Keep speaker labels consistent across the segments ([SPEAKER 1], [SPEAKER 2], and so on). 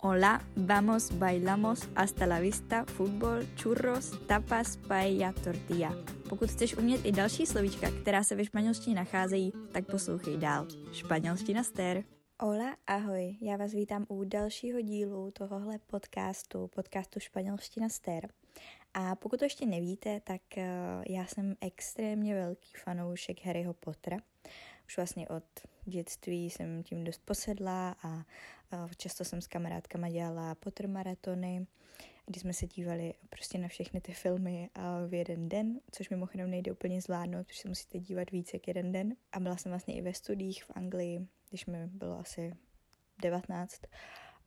[SPEAKER 1] Hola, vamos, bailamos, hasta la vista, fotbal, churros, tapas, paella, tortilla. Pokud chceš umět i další slovíčka, která se ve španělštině nacházejí, tak poslouchej dál. Španělština ster.
[SPEAKER 2] Hola, ahoj, já vás vítám u dalšího dílu tohohle podcastu, podcastu Španělština Ster. A pokud to ještě nevíte, tak uh, já jsem extrémně velký fanoušek Harryho Pottera. Už vlastně od dětství jsem tím dost posedla a uh, často jsem s kamarádkama dělala Potter maratony, kdy jsme se dívali prostě na všechny ty filmy uh, v jeden den, což mimochodem nejde úplně zvládnout, protože se musíte dívat více jak jeden den. A byla jsem vlastně i ve studiích v Anglii, když mi bylo asi 19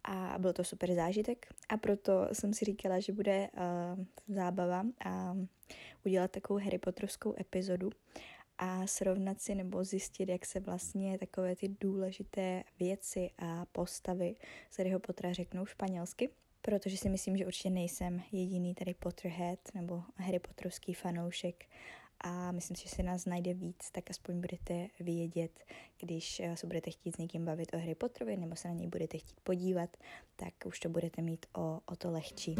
[SPEAKER 2] a byl to super zážitek a proto jsem si říkala, že bude uh, zábava a udělat takovou Harry Potterovskou epizodu a srovnat si nebo zjistit, jak se vlastně takové ty důležité věci a postavy z Harryho Pottera řeknou španělsky. Protože si myslím, že určitě nejsem jediný tady Potterhead nebo Harry Potterovský fanoušek a myslím si, že se nás najde víc, tak aspoň budete vědět, když eh, se budete chtít s někým bavit o Harry Potterovi nebo se na něj budete chtít podívat, tak už to budete mít o, o to lehčí.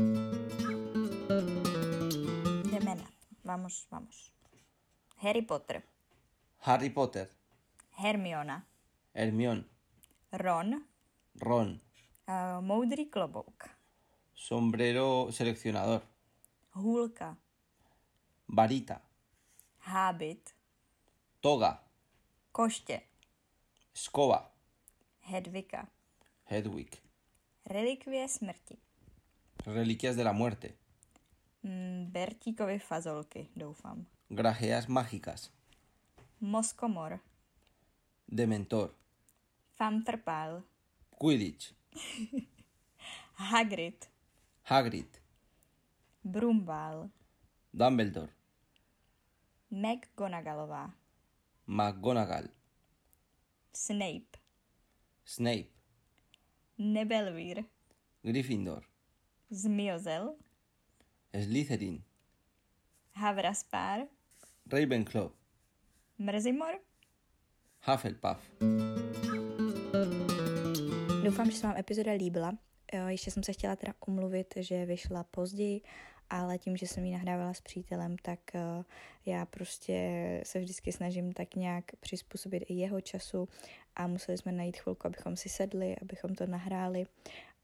[SPEAKER 2] Jdeme na. Vamos, vamos. Harry Potter,
[SPEAKER 3] Harry Potter,
[SPEAKER 2] Hermiona,
[SPEAKER 3] Hermión,
[SPEAKER 2] Ron,
[SPEAKER 3] Ron,
[SPEAKER 2] uh, Moudrý klobouk,
[SPEAKER 3] sombrero seleccionador,
[SPEAKER 2] Hůlka,
[SPEAKER 3] varita,
[SPEAKER 2] Hábit,
[SPEAKER 3] toga,
[SPEAKER 2] Koště,
[SPEAKER 3] escoba,
[SPEAKER 2] Hedvika,
[SPEAKER 3] Hedwig,
[SPEAKER 2] Relikvie smrti,
[SPEAKER 3] reliquias de la muerte,
[SPEAKER 2] mm, Bertíkovy fazolky, doufám,
[SPEAKER 3] grajeas mágicas,
[SPEAKER 2] Moskomor,
[SPEAKER 3] dementor,
[SPEAKER 2] Fantrpál,
[SPEAKER 3] Quidditch,
[SPEAKER 2] Hagrid,
[SPEAKER 3] Hagrid,
[SPEAKER 2] Brumbal,
[SPEAKER 3] Dumbledore,
[SPEAKER 2] McGonagallová,
[SPEAKER 3] McGonagall,
[SPEAKER 2] Snape,
[SPEAKER 3] Snape,
[SPEAKER 2] Nebelvír,
[SPEAKER 3] Gryffindor,
[SPEAKER 2] Zmiozel,
[SPEAKER 3] Slytherin,
[SPEAKER 2] Havraspár,
[SPEAKER 3] Ravenclaw,
[SPEAKER 2] Mrzimor.
[SPEAKER 3] Hufflepuff.
[SPEAKER 2] Doufám, že se vám epizoda líbila. Jo, Ještě jsem se chtěla teda omluvit, že vyšla později, ale tím, že jsem ji nahrávala s přítelem, tak eh, já prostě se vždycky snažím tak nějak přizpůsobit i jeho času a museli jsme najít chvilku, abychom si sedli, abychom to nahráli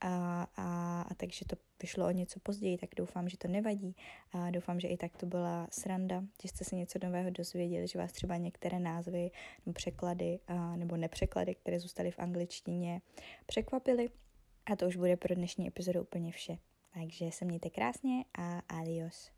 [SPEAKER 2] a, a, a takže to vyšlo o něco později, tak doufám, že to nevadí a doufám, že i tak to byla sranda, že jste se něco nového dozvěděli, že vás třeba některé názvy nebo překlady a, nebo nepřeklady, které zůstaly v angličtině, překvapily. A to už bude pro dnešní epizodu úplně vše. Takže se mějte krásně a adios.